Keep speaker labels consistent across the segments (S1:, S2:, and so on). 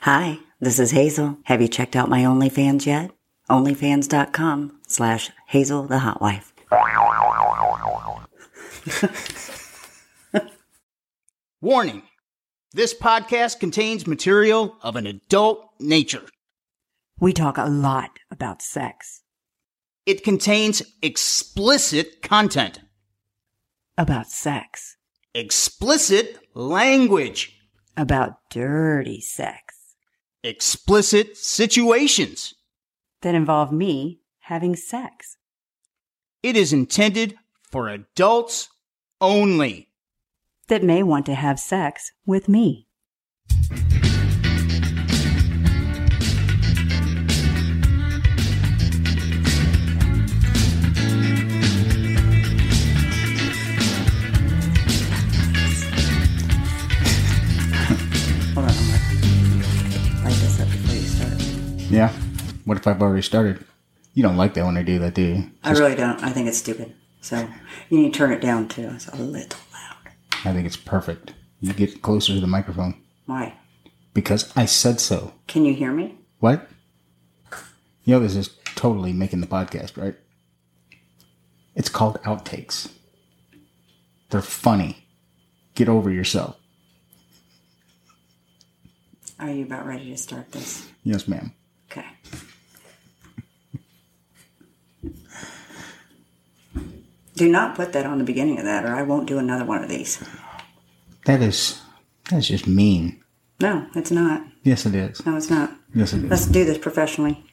S1: Hi, this is Hazel. Have you checked out my OnlyFans yet? OnlyFans.com slash Hazel the Hot Wife.
S2: Warning this podcast contains material of an adult nature.
S3: We talk a lot about sex,
S2: It contains explicit content,
S3: about sex,
S2: explicit language,
S3: about dirty sex
S2: explicit situations.
S3: that involve me having sex.
S2: It is intended for adults only.
S3: that may want to have sex with me.
S1: Hold on, I'm gonna light this up before you start.
S4: Yeah. What if I've already started? You don't like that when I do that, do you?
S1: I really don't. I think it's stupid. So you need to turn it down too. It's a little loud.
S4: I think it's perfect. You get closer to the microphone
S1: Why?
S4: because I said so.
S1: Can you hear me?
S4: What? You know, this is totally making the podcast, right? It's called outtakes. They're funny. Get over yourself.
S1: Are you about ready to start this?
S4: Yes, ma'am.
S1: Okay. Do not put that on the beginning of that, or I won't do another one of these.
S4: That is that's just mean.
S1: No, it's not.
S4: Yes, it is.
S1: No, it's not.
S4: Yes, it
S1: Let's
S4: is.
S1: do this professionally.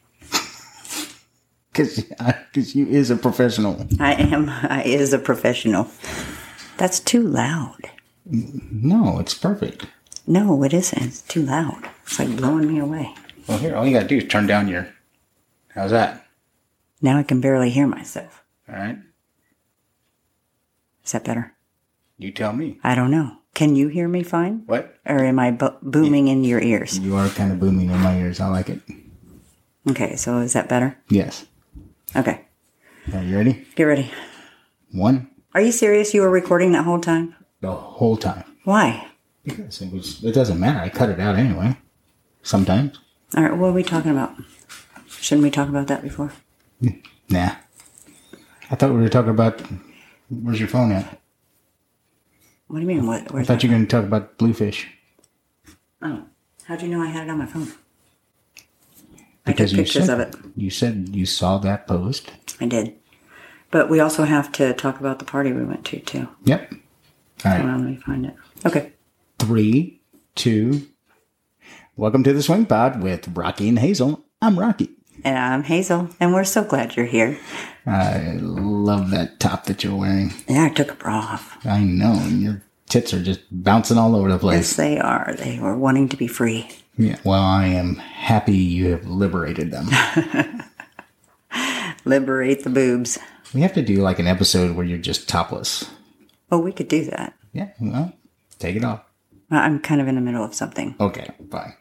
S4: Because you is a professional.
S1: I am. I is a professional. That's too loud.
S4: No, it's perfect.
S1: No, it isn't. It's too loud. It's like blowing me away.
S4: Well, here, all you gotta do is turn down your. How's that?
S1: Now I can barely hear myself.
S4: All right.
S1: Is that better?
S4: You tell me.
S1: I don't know. Can you hear me fine?
S4: What?
S1: Or am I bo- booming in your ears?
S4: You are kind of booming in my ears. I like it.
S1: Okay, so is that better?
S4: Yes.
S1: Okay,
S4: Are you ready?
S1: get ready.
S4: One
S1: Are you serious? You were recording that whole time?
S4: the whole time.
S1: Why?
S4: Because it was. It doesn't matter. I cut it out anyway. Sometimes.
S1: All right, what are we talking about? Shouldn't we talk about that before?
S4: Nah. I thought we were talking about. Where's your phone at?
S1: What do you mean? What?
S4: I
S1: Where's
S4: thought you were going to talk about bluefish
S1: Oh, how'd you know I had it on my phone?
S4: because
S1: I took
S4: you
S1: pictures
S4: said
S1: of it.
S4: you said you saw that post.
S1: I did. But we also have to talk about the party we went to, too.
S4: Yep. All right.
S1: Hold on, let me find it. Okay.
S4: three, two. Welcome to the Swing Pod with Rocky and Hazel. I'm Rocky.
S1: And I'm Hazel, and we're so glad you're here.
S4: I love that top that you're wearing.
S1: Yeah, I took a bra off.
S4: I know, and your tits are just bouncing all over the place.
S1: Yes, they are. They were wanting to be free.
S4: Yeah. Well, I am happy you have liberated them.
S1: Liberate the boobs.
S4: we have to do like an episode where you're just topless.
S1: Oh, we could do that.
S4: Yeah. Well, take it off.
S1: Well, I'm kind of in the middle of something.
S4: Okay. Fine.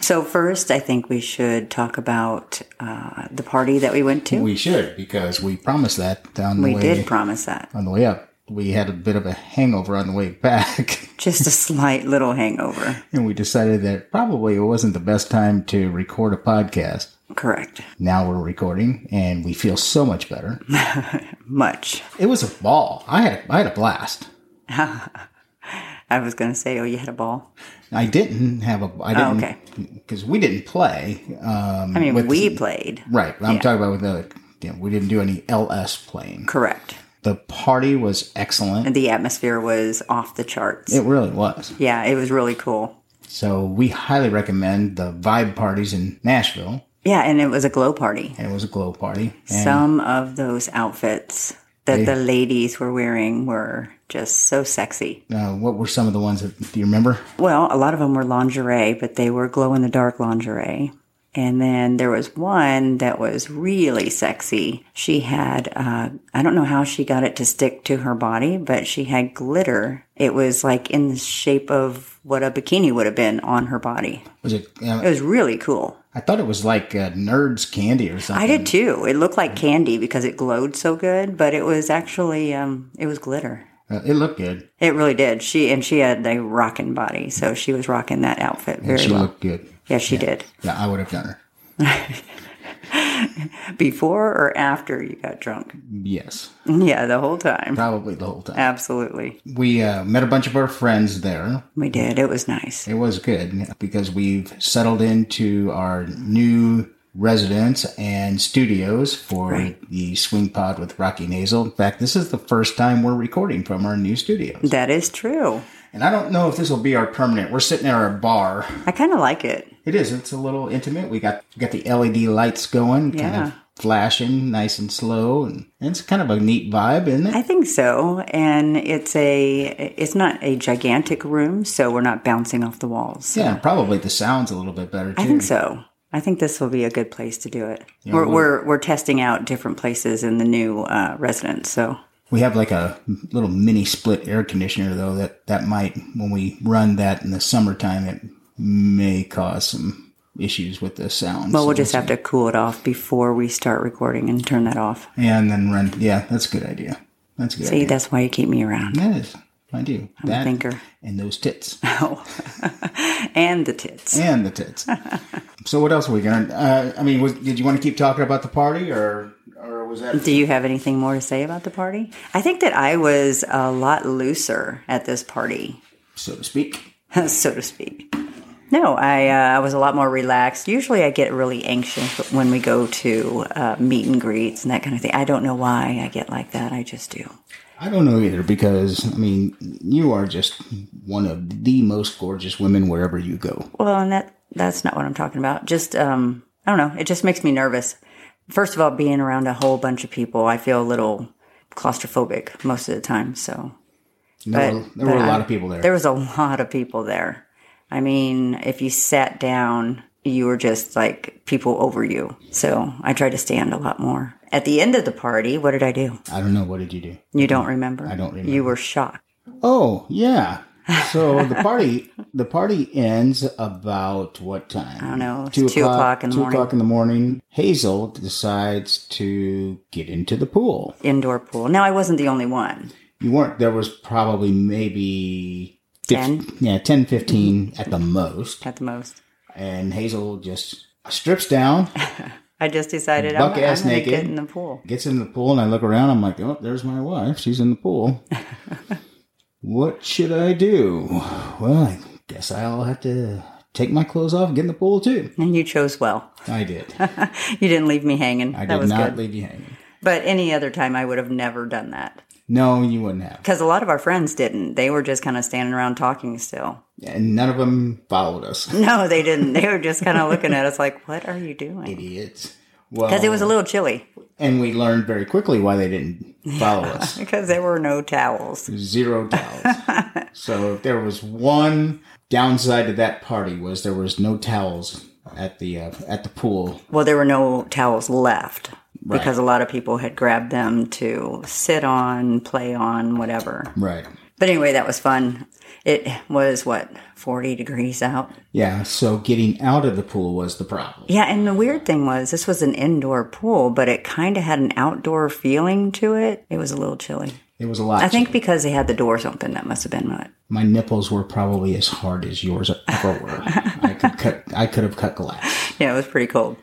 S1: So, first, I think we should talk about uh, the party that we went to. We,
S4: We should because we promised that on the way
S1: did promise that.
S4: on the way up. We had a bit of a hangover on the way back.
S1: Just a slight little hangover.
S4: and we decided that probably it wasn't the best time to record a podcast.
S1: Correct.
S4: Now we're recording and we feel so much better.
S1: Much.
S4: It was a ball. I had I had a blast.
S1: I was going to say, oh, you had a ball.
S4: I didn't have a I
S1: Oh,
S4: didn't
S1: okay.
S4: because we didn't play. Um,
S1: I mean,
S4: with-
S1: we played.
S4: right. I'm
S1: Yeah.
S4: talking about with the you know, we didn't do any LS playing.
S1: Correct.
S4: The party was excellent.
S1: And the atmosphere was off the charts.
S4: It really was.
S1: yeah, it was really cool.
S4: So we highly recommend the vibe parties in Nashville.
S1: Yeah, and it was a glow party.
S4: And it was a glow party. And
S1: Some of those outfits that the ladies were wearing were just so sexy.
S4: uh, what were some of the ones that do you remember?
S1: Well, a lot of them were lingerie, but they were glow in the dark lingerie. And then there was one that was really sexy. She had, uh, I don't know how she got it to stick to her body, but she had glitter. It was like in the shape of what a bikini would have been on her body.
S4: Was it? Uh,
S1: It was really cool.
S4: I thought it was like uh, Nerds Candy or something.
S1: I did too. It looked like candy because it glowed so good, but it was actually um, it was glitter.
S4: Uh, it looked good.
S1: It really did. She and she had a rocking body, so she was rocking that outfit
S4: And
S1: very
S4: she
S1: well.
S4: looked good.
S1: Yeah, she did.
S4: Yeah, I would have done her.
S1: Before or after you got drunk?
S4: Yes,
S1: Yeah, the whole time.
S4: probably the whole time.
S1: Absolutely.
S4: We uh, met a bunch of our friends there.
S1: We did. It was nice.
S4: It was good because we've settled into our new residence and studios for
S1: Right.
S4: the Swing Pod with Rocky Nasal. In fact, this is the first time we're recording from our new studios.
S1: That is true.
S4: And I don't know if this will be our permanent. We're sitting at our bar.
S1: I kind of like it.
S4: It is. It's a little intimate. We got we got the LED lights going, kind
S1: Yeah.
S4: of flashing nice and slow and, and it's kind of a neat vibe, isn't it?
S1: I think so. And it's a it's not a gigantic room, so we're not bouncing off the walls.
S4: yeah, and probably the sound's a little bit better too.
S1: I think so. I think this will be a good place to do it.
S4: Yeah,
S1: we're,
S4: we'll-
S1: we're we're testing out different places in the new uh, residence. So
S4: We have like a little mini split air conditioner though that that might when we run that in the summertime it may cause some issues with the sound.
S1: well,
S4: So
S1: we'll just
S4: let's-
S1: have to cool it off before we start recording and turn that off.
S4: and then run. Yeah, that's a good idea. That's a good
S1: See,
S4: idea.
S1: that's why you keep me around.
S4: That is, I do. I'm
S1: a thinker.
S4: And those tits
S1: and the tits.
S4: and the tits. so what else are we gonna? Uh, I mean, was, did you want to keep talking about the party or or was that?
S1: Do you have anything more to say about the party? I think that I was a lot looser at this party,
S4: so to speak.
S1: so to speak. No, I uh, I was a lot more relaxed. Usually, I get really anxious when we go to uh, meet and greets and that kind of thing. I don't know why I get like that. I just do.
S4: I don't know either because I mean, you are just one of the most gorgeous women wherever you go.
S1: Well, and that that's not what I'm talking about. Just um, I don't know. It just makes me nervous. First of all, being around a whole bunch of people, I feel a little claustrophobic most of the time. So
S4: There,
S1: But-
S4: were, there were
S1: but
S4: a lot
S1: I-
S4: of people there.
S1: there was a lot of people there. I mean, if you sat down, you were just like people over you. So I tried to stand a lot more. At the end of the party, what did I do?
S4: I don't know. What did you do?
S1: You don't remember?
S4: I don't remember.
S1: You were shocked.
S4: Oh yeah. So the party the party ends about what time? I
S1: don't know. It's two o'clock in the
S4: two
S1: morning.
S4: o'clock in the morning. Hazel decides to get into the pool.
S1: Indoor pool. Now I wasn't the only one.
S4: You weren't. There was probably maybe fif-
S1: Ten?
S4: yeah, 10, 15 at the most.
S1: At the most,
S4: And Hazel just strips down,
S1: I just decided I'm, I'm
S4: Buck-ass
S1: going to get
S4: naked.
S1: in the pool.
S4: gets into the pool, and I look around. I'm like, oh, there's my wife. She's in the pool. what should I do? Well, I guess I'll have to take my clothes off and get in the pool too.
S1: And you chose well.
S4: I did.
S1: You didn't leave me hanging.
S4: I
S1: that
S4: did
S1: was
S4: not
S1: good.
S4: leave you hanging.
S1: But any other time, I would have never done that
S4: No, you wouldn't have.
S1: because a lot of our friends didn't. They were just kind of standing around talking still.
S4: And none of them followed us.
S1: No, they didn't. They were just kind of looking at us like, "What are you doing?"
S4: Idiots. Well,
S1: Because it was a little chilly
S4: and we learned very quickly why they didn't follow us.
S1: because there were no towels.
S4: Zero towels. so if there was one downside to that party was there was no towels at the uh, at the pool.
S1: Well, there were no towels left
S4: Right.
S1: because a lot of people had grabbed them to sit on, play on, whatever.
S4: Right.
S1: But anyway, that was fun. It was what forty degrees out.
S4: Yeah. So getting out of the pool was the problem.
S1: Yeah, and the weird thing was this was an indoor pool, but it kind of had an outdoor feeling to it. It was a little chilly.
S4: It was a lot.
S1: I think because they had the doors open, that must have been what.
S4: my nipples were probably as hard as yours ever were. I could cut. I could have cut glass.
S1: Yeah, it was pretty cold.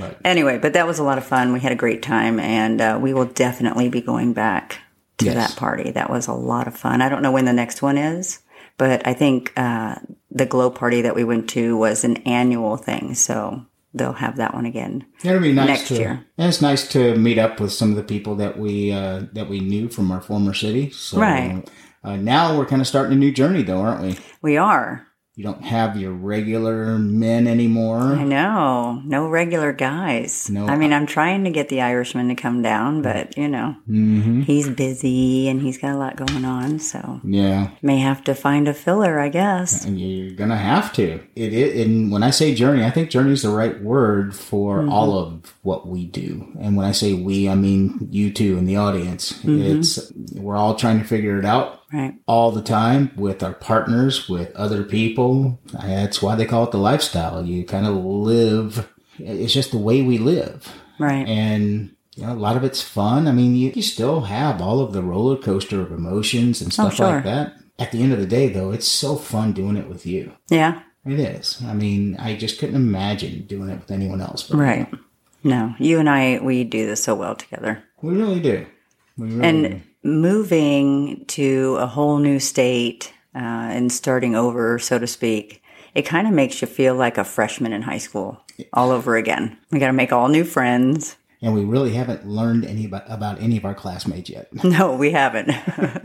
S4: Right.
S1: Anyway, but that was a lot of fun. We had a great time, and uh, we will definitely be going back to
S4: Yes.
S1: that party. That was a lot of fun. I don't know when the next one is, but I think uh, the glow party that we went to was an annual thing, so they'll have that one again.
S4: It'll be nice
S1: Next
S4: to,
S1: year.
S4: And it's nice to meet up with some of the people that we uh, that we knew from our former city. So,
S1: Right.
S4: Uh, now we're kind of starting a new journey, though, aren't we?
S1: We are.
S4: You don't have your regular men
S1: I
S4: anymore.
S1: know. No regular guys.
S4: Mm. No.
S1: I mean, I'm trying to get the Irishman to come down, but, you know,
S4: Mm-hmm.
S1: he's busy and he's got a lot going on. So,
S4: Yeah,
S1: may have to find a filler, I guess.
S4: and you're gonna have to. It, it and when I say journey, I think journey is the right word for all of what we do. And when I say we, I mean you two in the audience. It's we're all trying to figure it out.
S1: Right.
S4: all the time with our partners, with other people. That's why they call it the lifestyle. You kind of live. It's just the way we live,
S1: Right.
S4: and you know, a lot of it's fun. I mean, you, you still have all of the roller coaster of emotions and stuff
S1: sure.
S4: like that. At the end of the day, though, it's so fun doing it with you.
S1: yeah.
S4: It is. I mean, I just couldn't imagine doing it with anyone else. But
S1: Right. No, you and I, we do this so well together.
S4: We really do. We really do.
S1: And moving to a whole new state uh, and starting over, so to speak, it kind of makes you feel like a freshman in high school all over again. We got to make all new friends.
S4: And we really haven't learned any about, about any of our classmates yet.
S1: No, we haven't.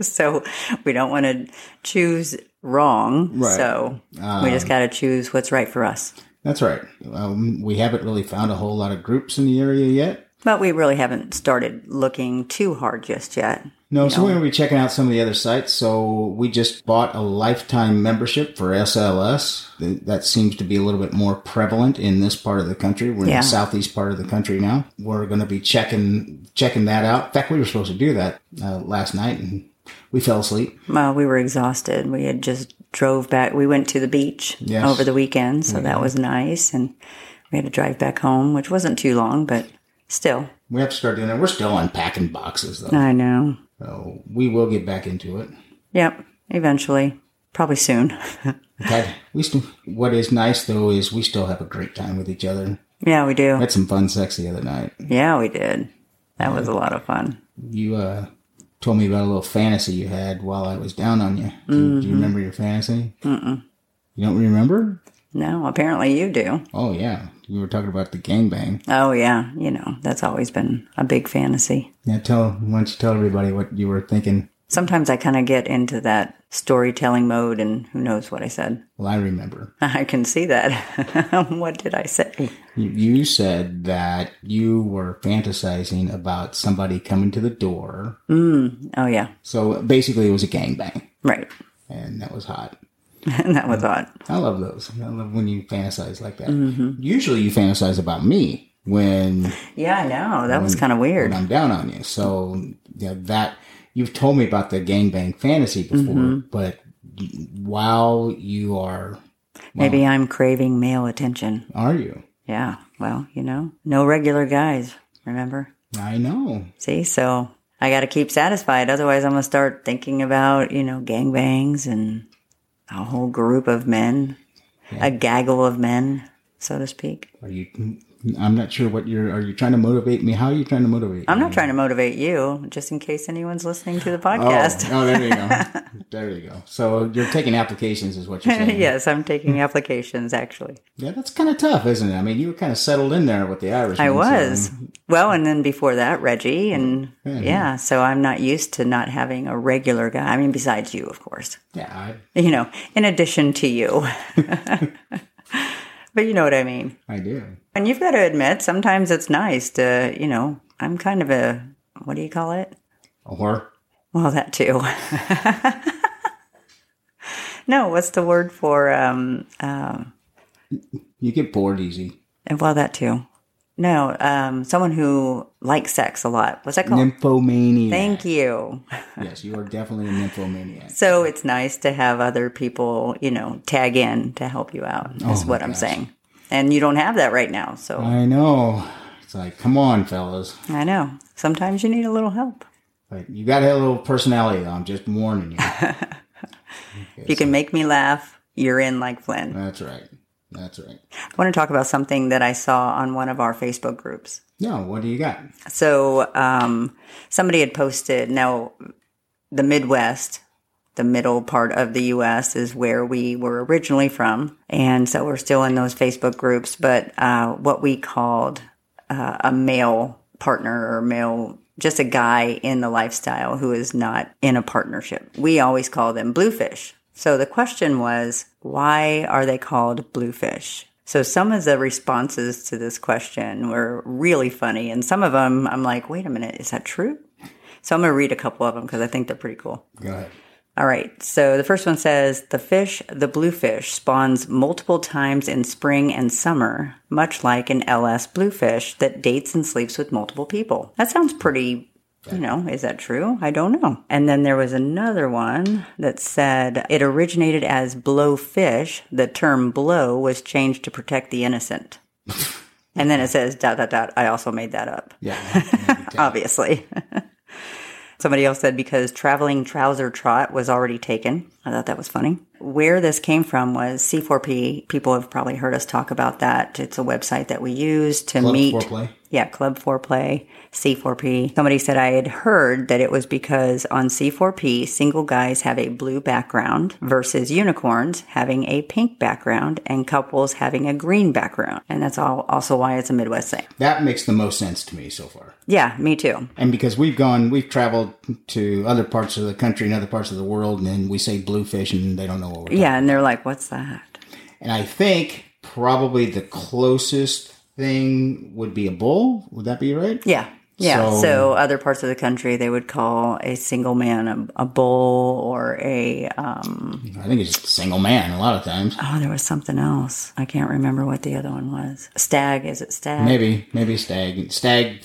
S1: so we don't want to choose wrong.
S4: Right.
S1: So we just got to choose what's right for us.
S4: That's right. Um, we haven't really found a whole lot of groups in the area yet.
S1: But we really haven't started looking too hard just yet.
S4: No, so we're going to be checking out some of the other sites. So we just bought a lifetime membership for SLS. Th- That seems to be a little bit more prevalent in this part of the country. We're in
S1: Yeah.
S4: the southeast part of the country now. We're going to be checking checking that out. In fact, we were supposed to do that uh, last night, and we fell asleep.
S1: Well, we were exhausted. We had just drove back. We went to the beach
S4: Yes.
S1: over the weekend, so that was nice. And we had to drive back home, which wasn't too long, but still.
S4: We have to start doing that. We're still unpacking boxes though,
S1: I know.
S4: so we will get back into it.
S1: Yep. Eventually. Probably soon.
S4: Had- we still, what is nice though is we still have a great time with each other.
S1: yeah, we
S4: We
S1: do.
S4: had some fun sex the other night.
S1: Yeah, we did. That was a lot of fun.
S4: You uh, told me about a little fantasy you had while I was down on you. Do, do you remember your fantasy? Mm-mm. You don't remember?
S1: No, apparently you do.
S4: Oh yeah, you were talking about the gangbang.
S1: Oh, yeah. You know, that's always been a big fantasy.
S4: Now tell, why don't you tell everybody what you were thinking?
S1: Sometimes I kind of get into that storytelling mode, and who knows what I said.
S4: Well, I remember.
S1: I can see that. what did I say?
S4: You- You said that you were fantasizing about somebody coming to the door.
S1: Oh, yeah.
S4: So basically, it was a gangbang,
S1: Right.
S4: and that was hot.
S1: that was odd.
S4: I love those. I love when you fantasize like that. Usually, you fantasize about me when
S1: Yeah, I know. That was kind of weird.
S4: when Um, I'm down on you. So yeah, that you've told me about the gangbang fantasy before,
S1: Mm-hmm.
S4: but while you are,
S1: Maybe I'm craving male attention.
S4: are you?
S1: Yeah. Well, you know, no regular guys, remember?
S4: I know.
S1: See, so I got to keep satisfied. Otherwise, I'm going to start thinking about, you know, gangbangs and a whole group of men, a gaggle of men, so to speak.
S4: Are you? I'm not sure what you're. Are you trying to motivate me? How are you trying to motivate?
S1: I'm
S4: me?
S1: not trying to motivate you, just in case anyone's listening to the
S4: Oh,
S1: podcast.
S4: oh, there you go. there you go. So you're taking applications, is what you're saying.
S1: yes, I'm taking applications, actually.
S4: Yeah, that's kind of tough, isn't it? I mean, you were kind of settled in there with the Irish.
S1: I was. Well, and then before that, Reggie, and yeah, so I'm not used to not having a regular guy. I mean, besides you, of course,
S4: yeah, I,
S1: you know, in addition to you. but you know what I mean.
S4: I do.
S1: And you've got to admit, sometimes it's nice to, you know, I'm kind of a, what do you call it?
S4: A whore.
S1: Well, that too. no, what's the word for, um,
S4: You get bored easy.
S1: well, that too. No, um, someone who likes sex a lot. What's that called?
S4: Nymphomania.
S1: Oh. Thank you.
S4: Yes, you are definitely a nymphomaniac.
S1: So it's nice to have other people, you know, tag in to help you out, is what I'm saying. And you don't have that right now. So
S4: I know. It's like, come on, fellas.
S1: I know sometimes you need a little help.
S4: Like, you got to have a little personality, though. I'm just warning you.
S1: If you can make me laugh, you're in like Flynn.
S4: That's right. That's right.
S1: I want to talk about something that I saw on one of our Facebook groups.
S4: No, what do you got?
S1: So um, somebody had posted now the Midwest, the middle part of the US is where we were originally from. And so we're still in those Facebook groups, but uh, what we called uh, a male partner or male, just a guy in the lifestyle who is not in a partnership. We always call them bluefish. So the question was, why are they called bluefish? So some of the responses to this question were really funny. And some of them, I'm like, wait a minute, is that true? So I'm going to read a couple of them because I think they're pretty cool.
S4: Go ahead.
S1: All right. So the first one says the fish, the bluefish, spawns multiple times in spring and summer, much like an LS bluefish that dates and sleeps with multiple people. That sounds pretty. You know, is that true? I don't know. And then there was another one that said it originated as blowfish. The term blow was changed to protect the innocent. and then it says dot, dot, dot. I also made that up
S4: Yeah.
S1: obviously. Somebody else said because traveling trouser trot was already taken. I thought that was funny. Where this came from was C4P. People have probably heard us talk about that. It's a website that we use to
S4: Club
S1: meet.
S4: foreplay.
S1: Yeah, Club Foreplay, C4P. Somebody said I had heard that it was because on C4P, single guys have a blue background versus unicorns having a pink background and couples having a green background. And that's all also why it's a Midwest thing.
S4: That makes the most sense to me so far.
S1: Yeah, me too.
S4: And because we've gone, we've traveled to other parts of the country and other parts of the world, and then we say bluefish, and they don't know what we're talking
S1: Yeah, and they're like, what's that?
S4: And I think probably the closest thing would be a bull. Would that be right?
S1: Yeah. Yeah.
S4: So-
S1: So, other parts of the country, they would call a single man a, a bull or a, um,
S4: I think it's just a single man a lot of times.
S1: oh, there was something else. I can't remember what the other one was. Stag. Is it stag?
S4: Maybe, maybe stag, stag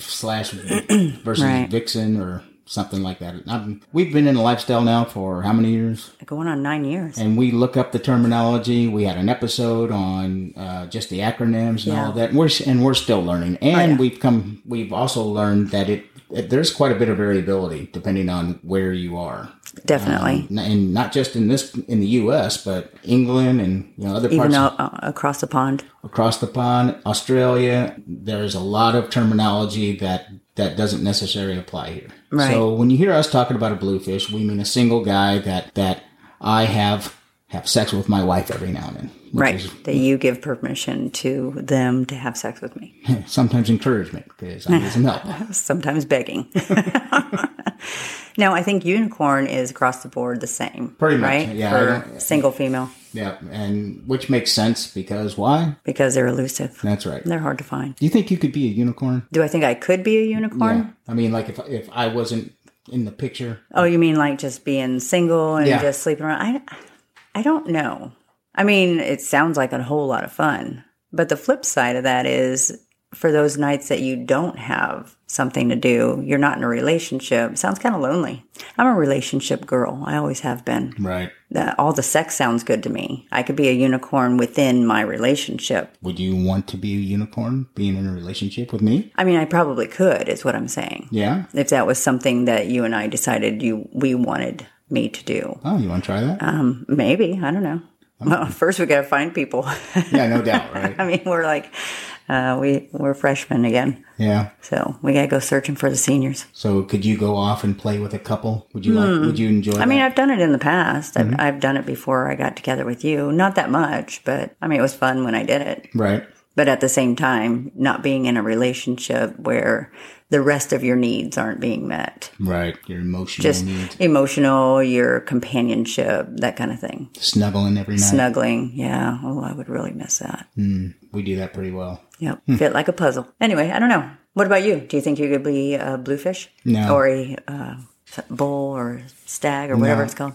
S4: slash versus
S1: Right.
S4: vixen or something like that. I'm, we've been in the lifestyle now for how many years?
S1: Going on nine years.
S4: and we look up the terminology. We had an episode on uh, just the acronyms and all
S1: Yeah. Oh,
S4: that. And we're and we're still learning, and we've come. We've also learned that it, it there's quite a bit of variability depending on where you are,
S1: Definitely.
S4: N- and not just in this in the U.S. but England and you know other
S1: Even
S4: parts
S1: though, uh, across the pond.
S4: across the pond, Australia. There's a lot of terminology that that doesn't necessarily apply here.
S1: Right.
S4: So when you hear us talking about a bluefish, we mean a single guy that that I have have sex with my wife every now and then. which
S1: Right.
S4: is
S1: that you give permission to them to have sex with me.
S4: Sometimes encouragement because I need some help.
S1: Sometimes begging. no, I think unicorn is across the board the same.
S4: Pretty much,
S1: Right?
S4: yeah, I
S1: For
S4: don't-
S1: single female
S4: yeah, and which makes sense because why?
S1: because they're elusive.
S4: That's right.
S1: They're hard to find.
S4: Do you think you could be a unicorn?
S1: Do I think I could be a unicorn?
S4: Yeah. I mean, like if if I wasn't in the picture,
S1: Oh, you mean like just being single and
S4: Yeah.
S1: just sleeping around? I, I don't know. I mean, it sounds like a whole lot of fun. But the flip side of that is for those nights that you don't have something to do, you're not in a relationship, sounds kind of lonely. I'm a relationship girl. I always have been.
S4: right?
S1: The, all the sex sounds good to me. I could be a unicorn within my relationship.
S4: Would you want to be a unicorn, being in a relationship with me?
S1: I mean, I probably could, is what I'm saying.
S4: Yeah.
S1: If that was something that you and I decided you we wanted me to do.
S4: Oh, you want to try that?
S1: Um, maybe I don't know. Well, first we got to find people.
S4: Yeah, no doubt, right?
S1: I mean, we're like, uh, we we're freshmen again,
S4: Yeah.
S1: so we got to go searching for the seniors.
S4: So could you go off and play with a couple? Would you like? Would you enjoy?
S1: Hmm. I mean, I've done it in the past.
S4: Mm-hmm.
S1: I've, I've done it before. I got together with you, not that much, but I mean, it was fun when I did it.
S4: right.
S1: But at the same time, not being in a relationship where the rest of your needs aren't being met.
S4: Right. Your emotional
S1: Just
S4: needs,
S1: emotional, your companionship, that kind of thing.
S4: snuggling every night.
S1: Snuggling. Yeah. Oh, I would really miss that.
S4: Hmm. we do that pretty well.
S1: Yep. Fit like a puzzle. Anyway, I don't know. What about you? Do you think you could be a bluefish?
S4: No.
S1: Or a uh, bull or stag or whatever it's called?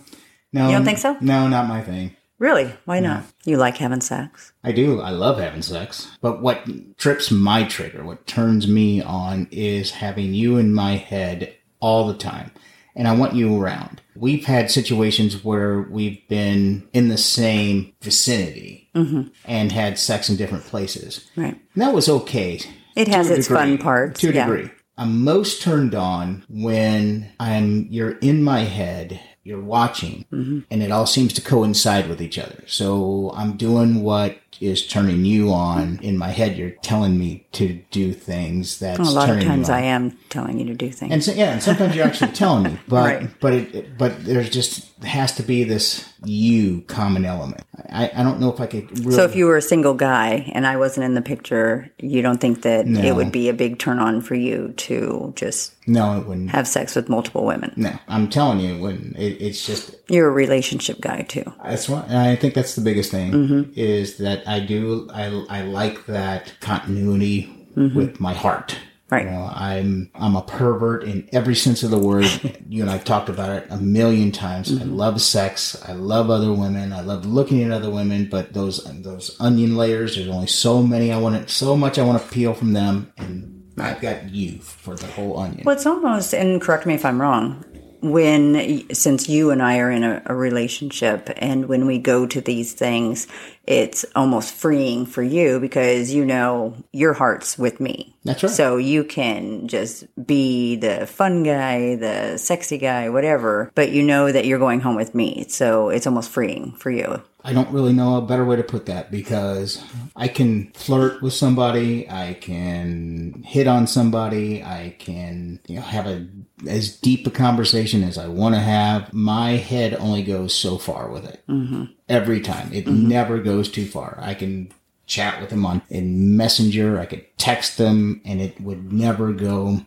S4: No,
S1: You don't think so?
S4: No, not my thing.
S1: Really? Why not? You like having sex.
S4: I do. I love having sex, but what trips my trigger, what turns me on, is having you in my head all the time, and I want you around. We've had situations where we've been in the same vicinity
S1: Mm-hmm.
S4: and had sex in different places.
S1: Right.
S4: And that was okay.
S1: It has its fun parts.
S4: To a
S1: yeah.
S4: degree. I'm most turned on when I'm you're in my head, you're watching,
S1: Mm-hmm.
S4: and it all seems to coincide with each other. So I'm doing what is turning you on in my head. You're telling me to do things that's
S1: A lot of
S4: turning you
S1: times
S4: on.
S1: I am telling you to do things.
S4: And so, yeah, and sometimes you're actually telling me, but
S1: Right.
S4: but it, it- but there's just has to be this you common element. I, I don't know if I could. Really,
S1: so if you were a single guy and I wasn't in the picture, you don't think that it would be a big turn on for you to just
S4: no, it wouldn't.
S1: have sex with multiple women?
S4: No, I'm telling you, it wouldn't. It, it's just
S1: You're a relationship guy too.
S4: That's why and I think that's the biggest thing is that I do I, I like that continuity with my heart.
S1: Right.
S4: You know, I'm I'm a pervert in every sense of the word. you and I've talked about it a million times. I love sex. I love other women. I love looking at other women. But those those onion layers, there's only so many I want to, so much I want to peel from them, and I've got you for the whole onion.
S1: Well, it's almost, and correct me if I'm wrong, when since you and I are in a, a relationship and when we go to these things, it's almost freeing for you because you know your heart's with me.
S4: That's right.
S1: So you can just be the fun guy, the sexy guy, whatever, but you know that you're going home with me. So it's almost freeing for you.
S4: I don't really know a better way to put that because I can flirt with somebody, I can hit on somebody, I can you know have a as deep a conversation as I want to have. My head only goes so far with it. Mm-hmm. Every time, it never goes too far. I can chat with them on in Messenger, I could text them, and it would never go.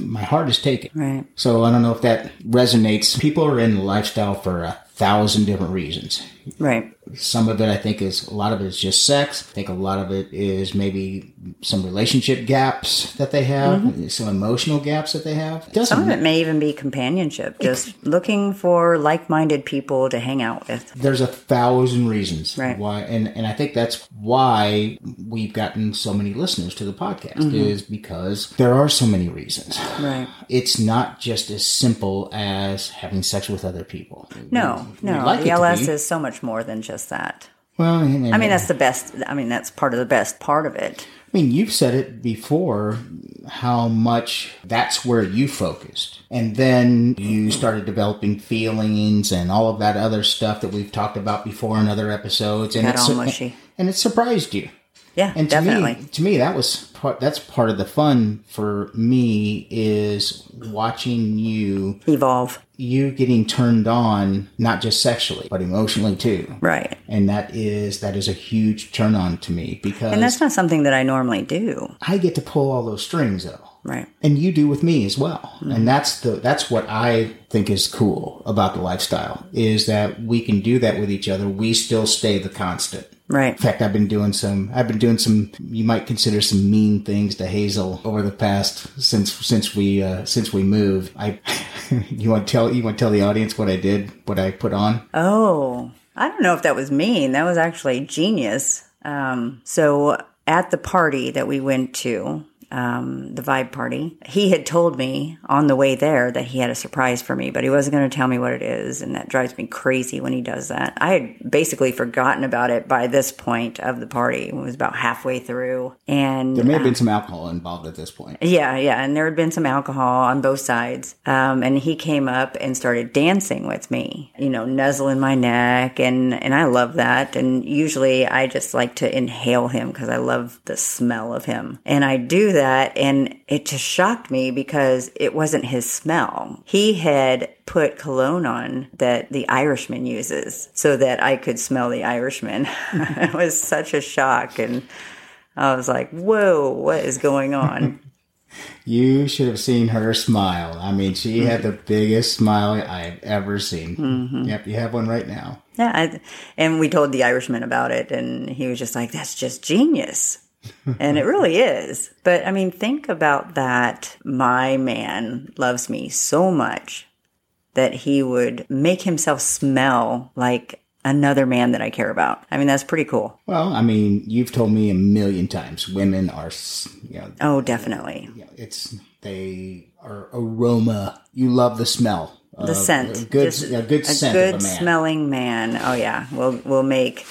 S4: My heart is taken.
S1: Right.
S4: So I don't know if that resonates. People are in lifestyle for a thousand different reasons.
S1: Right.
S4: Some of it, I think, is a lot of it is just sex. I think a lot of it is maybe some relationship gaps that they have, some emotional gaps that they have. It doesn't
S1: Mm-hmm. Some of it may even be companionship, just looking for like minded people to hang out with.
S4: there's a thousand reasons
S1: Right.
S4: why and, and i think that's why we've gotten so many listeners to the podcast is because there are so many reasons
S1: Mm-hmm. Right.
S4: it's not just as simple as having sex with other people
S1: No,
S4: We
S1: no.
S4: like it to
S1: ELS
S4: be.
S1: is so much more than just that.
S4: well i mean,
S1: I mean, that's the best. I mean, that's part of the best part of it.
S4: I mean, you've said it before how much that's where you focused. And then you started developing feelings and all of that other stuff that we've talked about before in other episodes. And
S1: Got
S4: it's-
S1: all mushy.
S4: And it surprised you.
S1: Yeah,
S4: And to
S1: definitely.
S4: me, to me, that was part, that's part of the fun for me is watching you,
S1: Evolve.
S4: you getting turned on, not just sexually, but emotionally too.
S1: Right.
S4: And that is, that is a huge turn on to me because
S1: And that's not something that I normally do.
S4: I get to pull all those strings though.
S1: Right.
S4: and you do with me as well and that's the that's what i think is cool about the lifestyle is that we can do that with each other we still stay the constant
S1: Right.
S4: in fact i've been doing some i've been doing some you might consider some mean things to hazel over the past since since we uh since we moved i you want to tell you want to tell the audience what i did what i put on
S1: Oh, I don't know if that was mean. That was actually genius. Um, so at the party that we went to, um, the vibe party, he had told me on the way there that he had a surprise for me, but he wasn't going to tell me what it is. And that drives me crazy when he does that. I had basically forgotten about it by this point of the party. It was about halfway through. And
S4: there may have been some alcohol involved at this point
S1: yeah, yeah. And there had been some alcohol on both sides. Um, and he came up and started dancing with me, you know, nuzzling my neck. And, and I love that. And usually I just like to inhale him because I love the smell of him. And I do that. And it just shocked me because it wasn't his smell. He had put cologne on that the Irishman uses so that I could smell the Irishman. it was such a shock. And I was like, whoa, what is going on?
S4: You should have seen her smile. I mean, she had the biggest smile I've ever seen. Yep, you have one right now.
S1: Yeah, I, and we told the Irishman about it, and he was just like, "That's just genius," and it really is. But I mean, think about that. My man loves me so much that he would make himself smell like another man that I care about. I mean, that's pretty cool.
S4: Well, I mean, you've told me a million times women are, s- you know,
S1: Oh, definitely.
S4: you know, it's they are aroma. You love the smell,
S1: The scent,
S4: a good,
S1: Just
S4: a good scent
S1: good
S4: of a man.
S1: smelling man. Oh yeah, we'll we'll make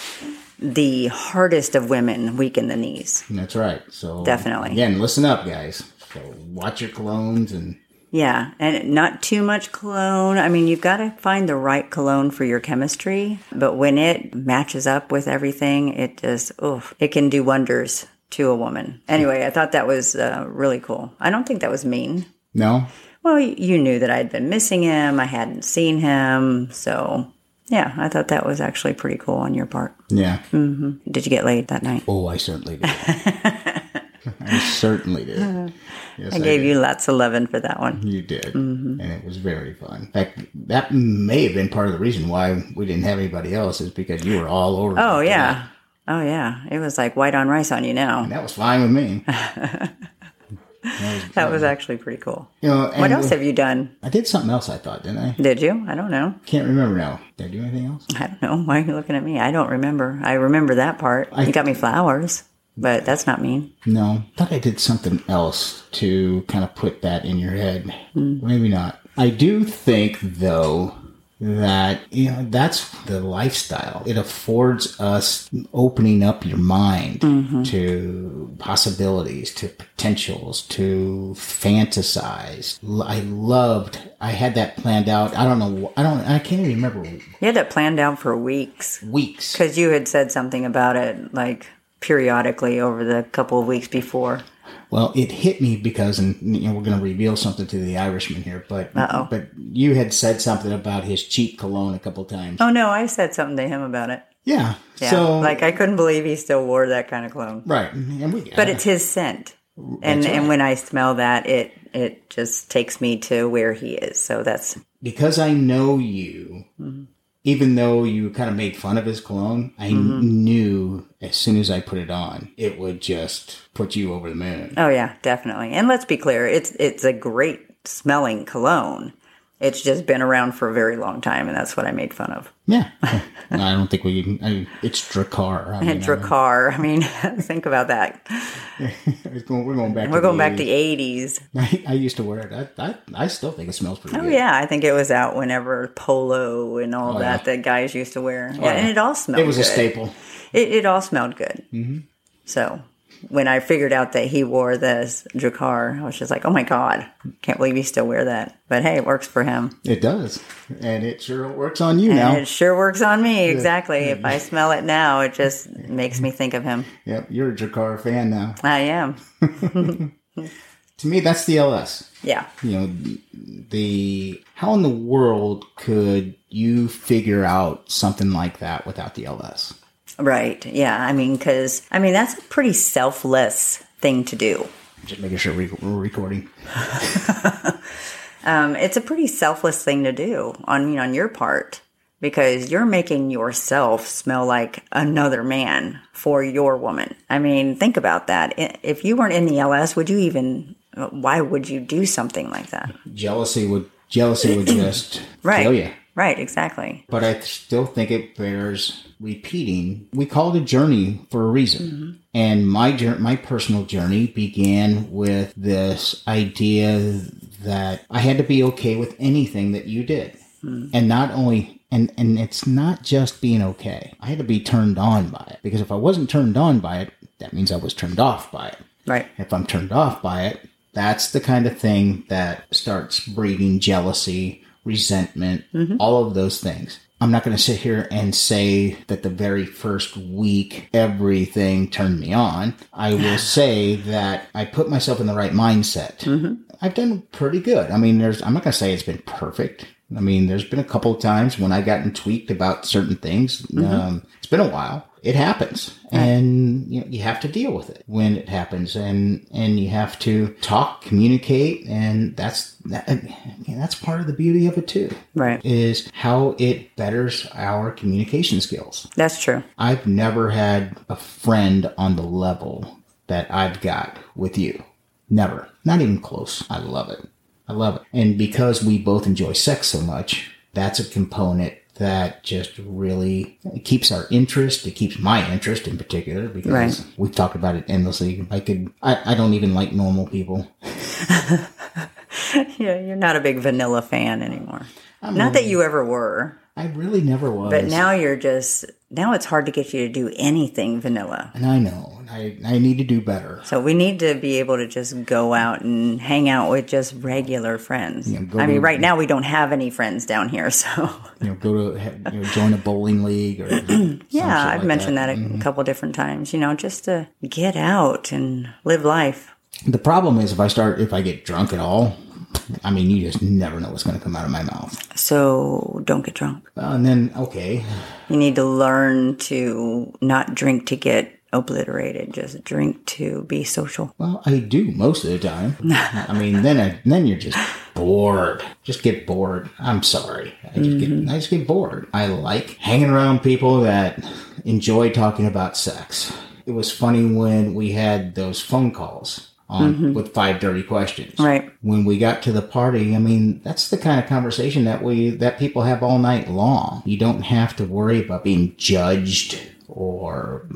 S1: the hardest of women weaken the knees.
S4: That's right. So
S1: Definitely.
S4: again, listen up, guys. So watch your colognes and
S1: Yeah, and not too much cologne. I mean, you've got to find the right cologne for your chemistry, but when it matches up with everything, it just, oof, it can do wonders to a woman. Anyway, I thought that was uh, really cool. I don't think that was mean.
S4: no,
S1: Well, y- you knew that I'd been missing him, I hadn't seen him, so yeah, I thought that was actually pretty cool on your part.
S4: yeah.
S1: Hmm. Did you get laid that night?
S4: Oh, I certainly did. I certainly did. Yes,
S1: I gave Mm-hmm. you lots of loving for that one.
S4: You did, and it was very fun. In fact, that may have been part of the reason why we didn't have anybody else is because you were all over.
S1: Oh,
S4: it.
S1: yeah. Oh, yeah. It was like white on rice on you now.
S4: and that was fine with me.
S1: That was actually pretty cool.
S4: You know, and
S1: What else have you done?
S4: I did something else. I thought, didn't I?
S1: Did you? I don't know.
S4: Can't remember now. Did I do anything else?
S1: I don't know. Why are you looking at me? I don't remember. I remember that part. you got me flowers, but that's not mean.
S4: No, I thought I did something else to kind of put that in your head. Maybe not. I do think, though, that you know that's the lifestyle. It affords us opening up your mind to possibilities, to potentials, to fantasize. L- I loved. I had that planned out. I don't know. wh- I don't. I can't even remember
S1: You had that planned out for weeks
S4: weeks.
S1: because you had said something about it like periodically over the couple of weeks before.
S4: Well, it hit me because, and you know, we're going to reveal something to the Irishman here, but
S1: Uh-oh.
S4: but you had said something about his cheap cologne a couple times.
S1: Oh no, I said something to him about it.
S4: Yeah.
S1: Yeah,
S4: So
S1: like I couldn't believe he still wore that kind of cologne.
S4: right, and we
S1: But it's his scent, and and when I smell that, it it just takes me to where he is. So that's
S4: because I know you.
S1: Mm-hmm.
S4: Even though you kind of made fun of his cologne, I
S1: Mm-hmm.
S4: knew as soon as I put it on, it would just put you over the moon.
S1: oh yeah, definitely. And let's be clear, it's it's a great smelling cologne. It's just been around for a very long time, and that's what I made fun of.
S4: Yeah, I don't think we. Can, I, it's Dracar. I mean,
S1: And Dracar, I mean, think about that.
S4: it's going- we're going back.
S1: We're
S4: to
S1: going
S4: the
S1: back to the 80s.
S4: 80s. I, I used to wear it. I, I, I still think it smells pretty
S1: Oh
S4: good.
S1: yeah, I think it was out whenever polo and all that
S4: Oh, yeah. Oh,
S1: that guys used to wear. yeah, and it all smelled.
S4: It was a
S1: good.
S4: staple.
S1: It, it all smelled good. Mm-hmm. So when I figured out that he wore this Dracar, I was just like, oh my god, can't believe you still wear that. But hey, it works for him,
S4: It does, and it sure works on you
S1: and
S4: now.
S1: it sure works on me. Exactly. If I smell it now, it just makes me think of him.
S4: Yep, you're a Dracar fan now.
S1: I am.
S4: To me, that's the LS.
S1: Yeah.
S4: You know, the how in the world could you figure out something like that without the LS?
S1: Right. Yeah. I mean, because I mean that's a pretty selfless thing to do.
S4: Just making sure we- we're recording.
S1: um, it's a pretty selfless thing to do on you know, on your part because you're making yourself smell like another man for your woman. I mean, think about that. I- If you weren't in the LS, would you even? Why would you do something like that?
S4: Jealousy would jealousy would just
S1: Right.
S4: kill you.
S1: Right. Exactly.
S4: But I still think it bears repeating. We call it a journey for a reason. And my jour- my personal journey began with this idea that I had to be okay with anything that you did. And not only and and it's not just being okay. I had to be turned on by it because if I wasn't turned on by it, that means I was turned off by it
S1: Right.
S4: if I'm turned off by it, that's the kind of thing that starts breeding jealousy, resentment, all of those things. I'm not going to sit here and say that the very first week everything turned me on. I will say that I put myself in the right mindset. I've done pretty good. I mean, there's I'm not going to say it's been perfect. I mean, there's been a couple of times when I've gotten tweaked about certain things. Um, it's been a while. It happens, and you, know, you have to deal with it when it happens, and and you have to talk, communicate, and that's that, and that's part of the beauty of it too.
S1: Right.
S4: Is how it betters our communication skills.
S1: That's true.
S4: I've never had a friend on the level that I've got with you. Never. Not even close. I love it. I love it. And because we both enjoy sex so much, that's a component that just really it keeps our interest. It keeps my interest in particular because
S1: Right.
S4: we've talked about it endlessly. I could, I, I don't even like normal people.
S1: Yeah, you're not a big vanilla fan anymore. not that you ever were,
S4: I really never was.
S1: but now you're just now it's hard to get you to do anything vanilla.
S4: and I know I, I need to do better.
S1: So we need to be able to just go out and hang out with just regular friends.
S4: go
S1: I mean,
S4: to-
S1: right now we don't have any friends down here, so
S4: You know, go to, you know, join a bowling league or some shit
S1: yeah, I've
S4: like Mm-hmm.
S1: mentioned that, a couple different times. You know, just to get out and live life.
S4: The problem is if I start if I get drunk at all, I mean you just never know what's going to come out of my mouth.
S1: So don't get drunk.
S4: Well, and then okay,
S1: You need to learn to not drink to get obliterated. Just drink to be social.
S4: well I do most of the time. I mean then I, then you're just bored. Just get bored. I'm sorry. I just get I just get bored. I like hanging around people that enjoy talking about sex. It was funny when we had those phone calls on with five dirty questions.
S1: Right.
S4: when we got to the party, I mean, that's the kind of conversation that we that people have all night long. You don't have to worry about being judged or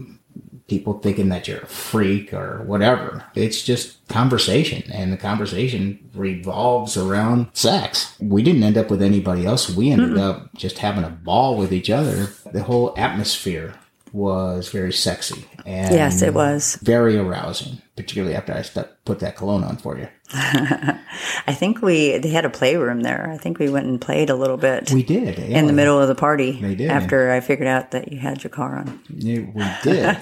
S4: people thinking that you're a freak or whatever. It's just conversation and the conversation revolves around sex. We didn't end up with anybody else. We ended up just having a ball with each other. The whole atmosphere was very sexy and
S1: Yes, it was.
S4: very arousing, particularly after I stuck, put that cologne on for you.
S1: I think we they had a playroom there. I think we went and played a little bit
S4: We did. yeah.
S1: in the middle of the party.
S4: They did.
S1: After I figured out that you had your car on.
S4: Yeah, we did.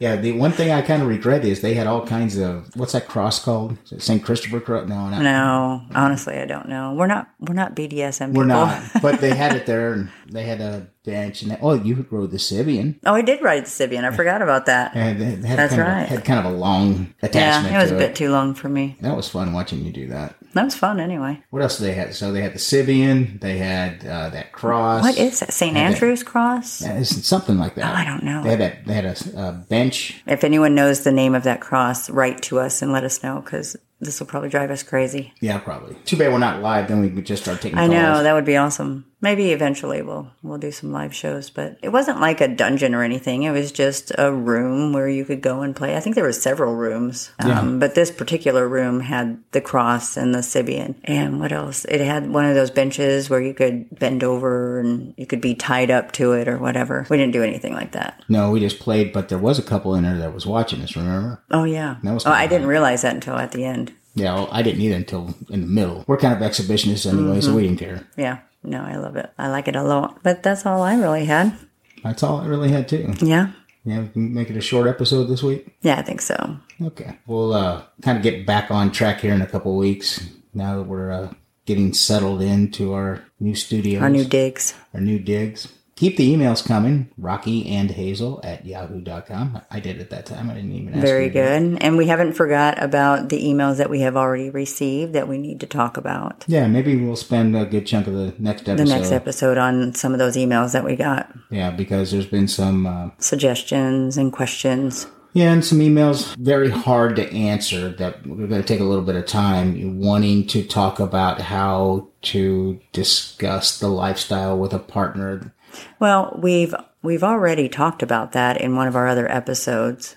S4: yeah, the one thing I kind of regret is they had all kinds of what's that cross called? Is it St. Christopher cross? No, not,
S1: No, honestly, I don't know. We're not we're not BDSM.
S4: we're
S1: people.
S4: not. but they had it there, and they had a bench, and they, oh, you rode the Sibian,
S1: Oh, I did ride Sibian. I forgot about that.
S4: and they had
S1: That's
S4: kind
S1: right.
S4: Of, had kind of a long
S1: Yeah,
S4: attachment.
S1: it was
S4: to
S1: a bit too long for me.
S4: That was fun watching you do that.
S1: That was fun anyway.
S4: What else did they had? So they had the Sibian. They had uh, that cross.
S1: What is that? St. Andrew's Cross?
S4: That is something like that.
S1: Oh, I don't know.
S4: They had that. They had a, a bench.
S1: If anyone knows the name of that cross, write to us and let us know because this will probably drive us crazy.
S4: Yeah, probably. Too bad we're not live. Then we could just start taking.
S1: I know
S4: calls.
S1: that would be awesome. Maybe eventually we'll we'll do some live shows, but it wasn't like a dungeon or anything. It was just a room where you could go and play. I think there were several rooms, um, but this particular room had the cross and the Sibian, and what else? It had one of those benches where you could bend over and you could be tied up to it or whatever. We didn't do anything like that.
S4: No, we just played, but there was a couple in there that was watching us. Remember?
S1: Oh yeah.
S4: That was
S1: oh, I
S4: fun.
S1: didn't realize that until at the end.
S4: Yeah, well, I didn't either until in the middle. We're kind of exhibitionists anyway,
S1: Mm-hmm.
S4: so we didn't care.
S1: Yeah. No, I love it. I like it a lot. But that's all I really had.
S4: That's all I really had too.
S1: Yeah.
S4: Yeah, we can make it a short episode this week.
S1: Yeah, I think so.
S4: Okay, we'll uh, kind of get back on track here in a couple weeks. Now that we're uh, getting settled into our new studios,
S1: Our new digs.
S4: our new digs. Keep the emails coming, Rocky and Hazel at yahoo.com. I did it that time. I didn't even ask.
S1: Very
S4: you to-
S1: good. And we haven't forgot about the emails that we have already received that we need to talk about.
S4: Yeah, maybe we'll spend a good chunk of the next
S1: The
S4: episode.
S1: next episode on some of those emails that we got,
S4: Yeah, because there's been some uh,
S1: suggestions and questions.
S4: Yeah, and some emails very hard to answer that we're going to take a little bit of time wanting to talk about how to discuss the lifestyle with a partner.
S1: Well, we've we've already talked about that in one of our other episodes.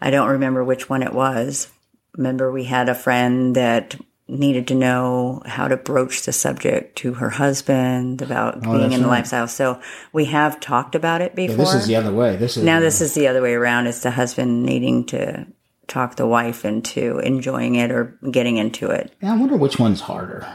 S1: I don't remember which one it was. Remember we had a friend that needed to know how to broach the subject to her husband about being
S4: Oh, that's
S1: in the
S4: right.
S1: lifestyle. So we have talked about it before.
S4: This is the other way. This is
S1: Now this is the other way around. It's the husband needing to talk the wife into enjoying it or getting into it.
S4: Yeah, I wonder which one's harder.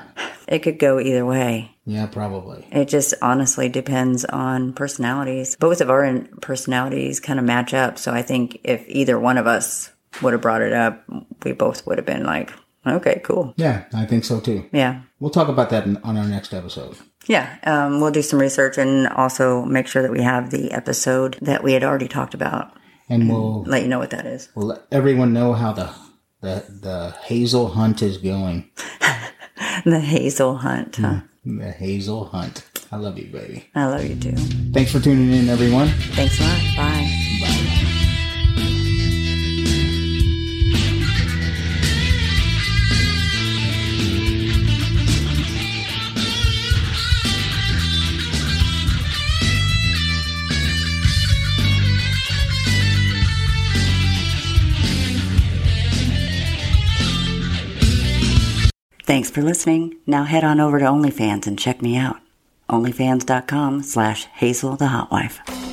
S1: It could go either way.
S4: Yeah, probably.
S1: It just honestly depends on personalities. Both of our in- personalities kind of match up. So I think if either one of us would have brought it up, we both would have been like, okay, cool.
S4: Yeah, I think so too.
S1: Yeah.
S4: We'll talk about that in, on our next episode.
S1: Yeah. Um, we'll do some research and also make sure that we have the episode that we had already talked about. Mm.
S4: And we'll
S1: Let you know what that is.
S4: we'll let everyone know how the the the hazel hunt is going.
S1: The hazel hunt. Huh?
S4: The hazel hunt. I love you, baby.
S1: I love you too.
S4: Thanks for tuning in, everyone.
S1: Thanks a lot. Bye.
S4: Bye.
S1: Thanks for listening. Now head on over to OnlyFans and check me out. OnlyFans.com slash Hazel the Hot Wife.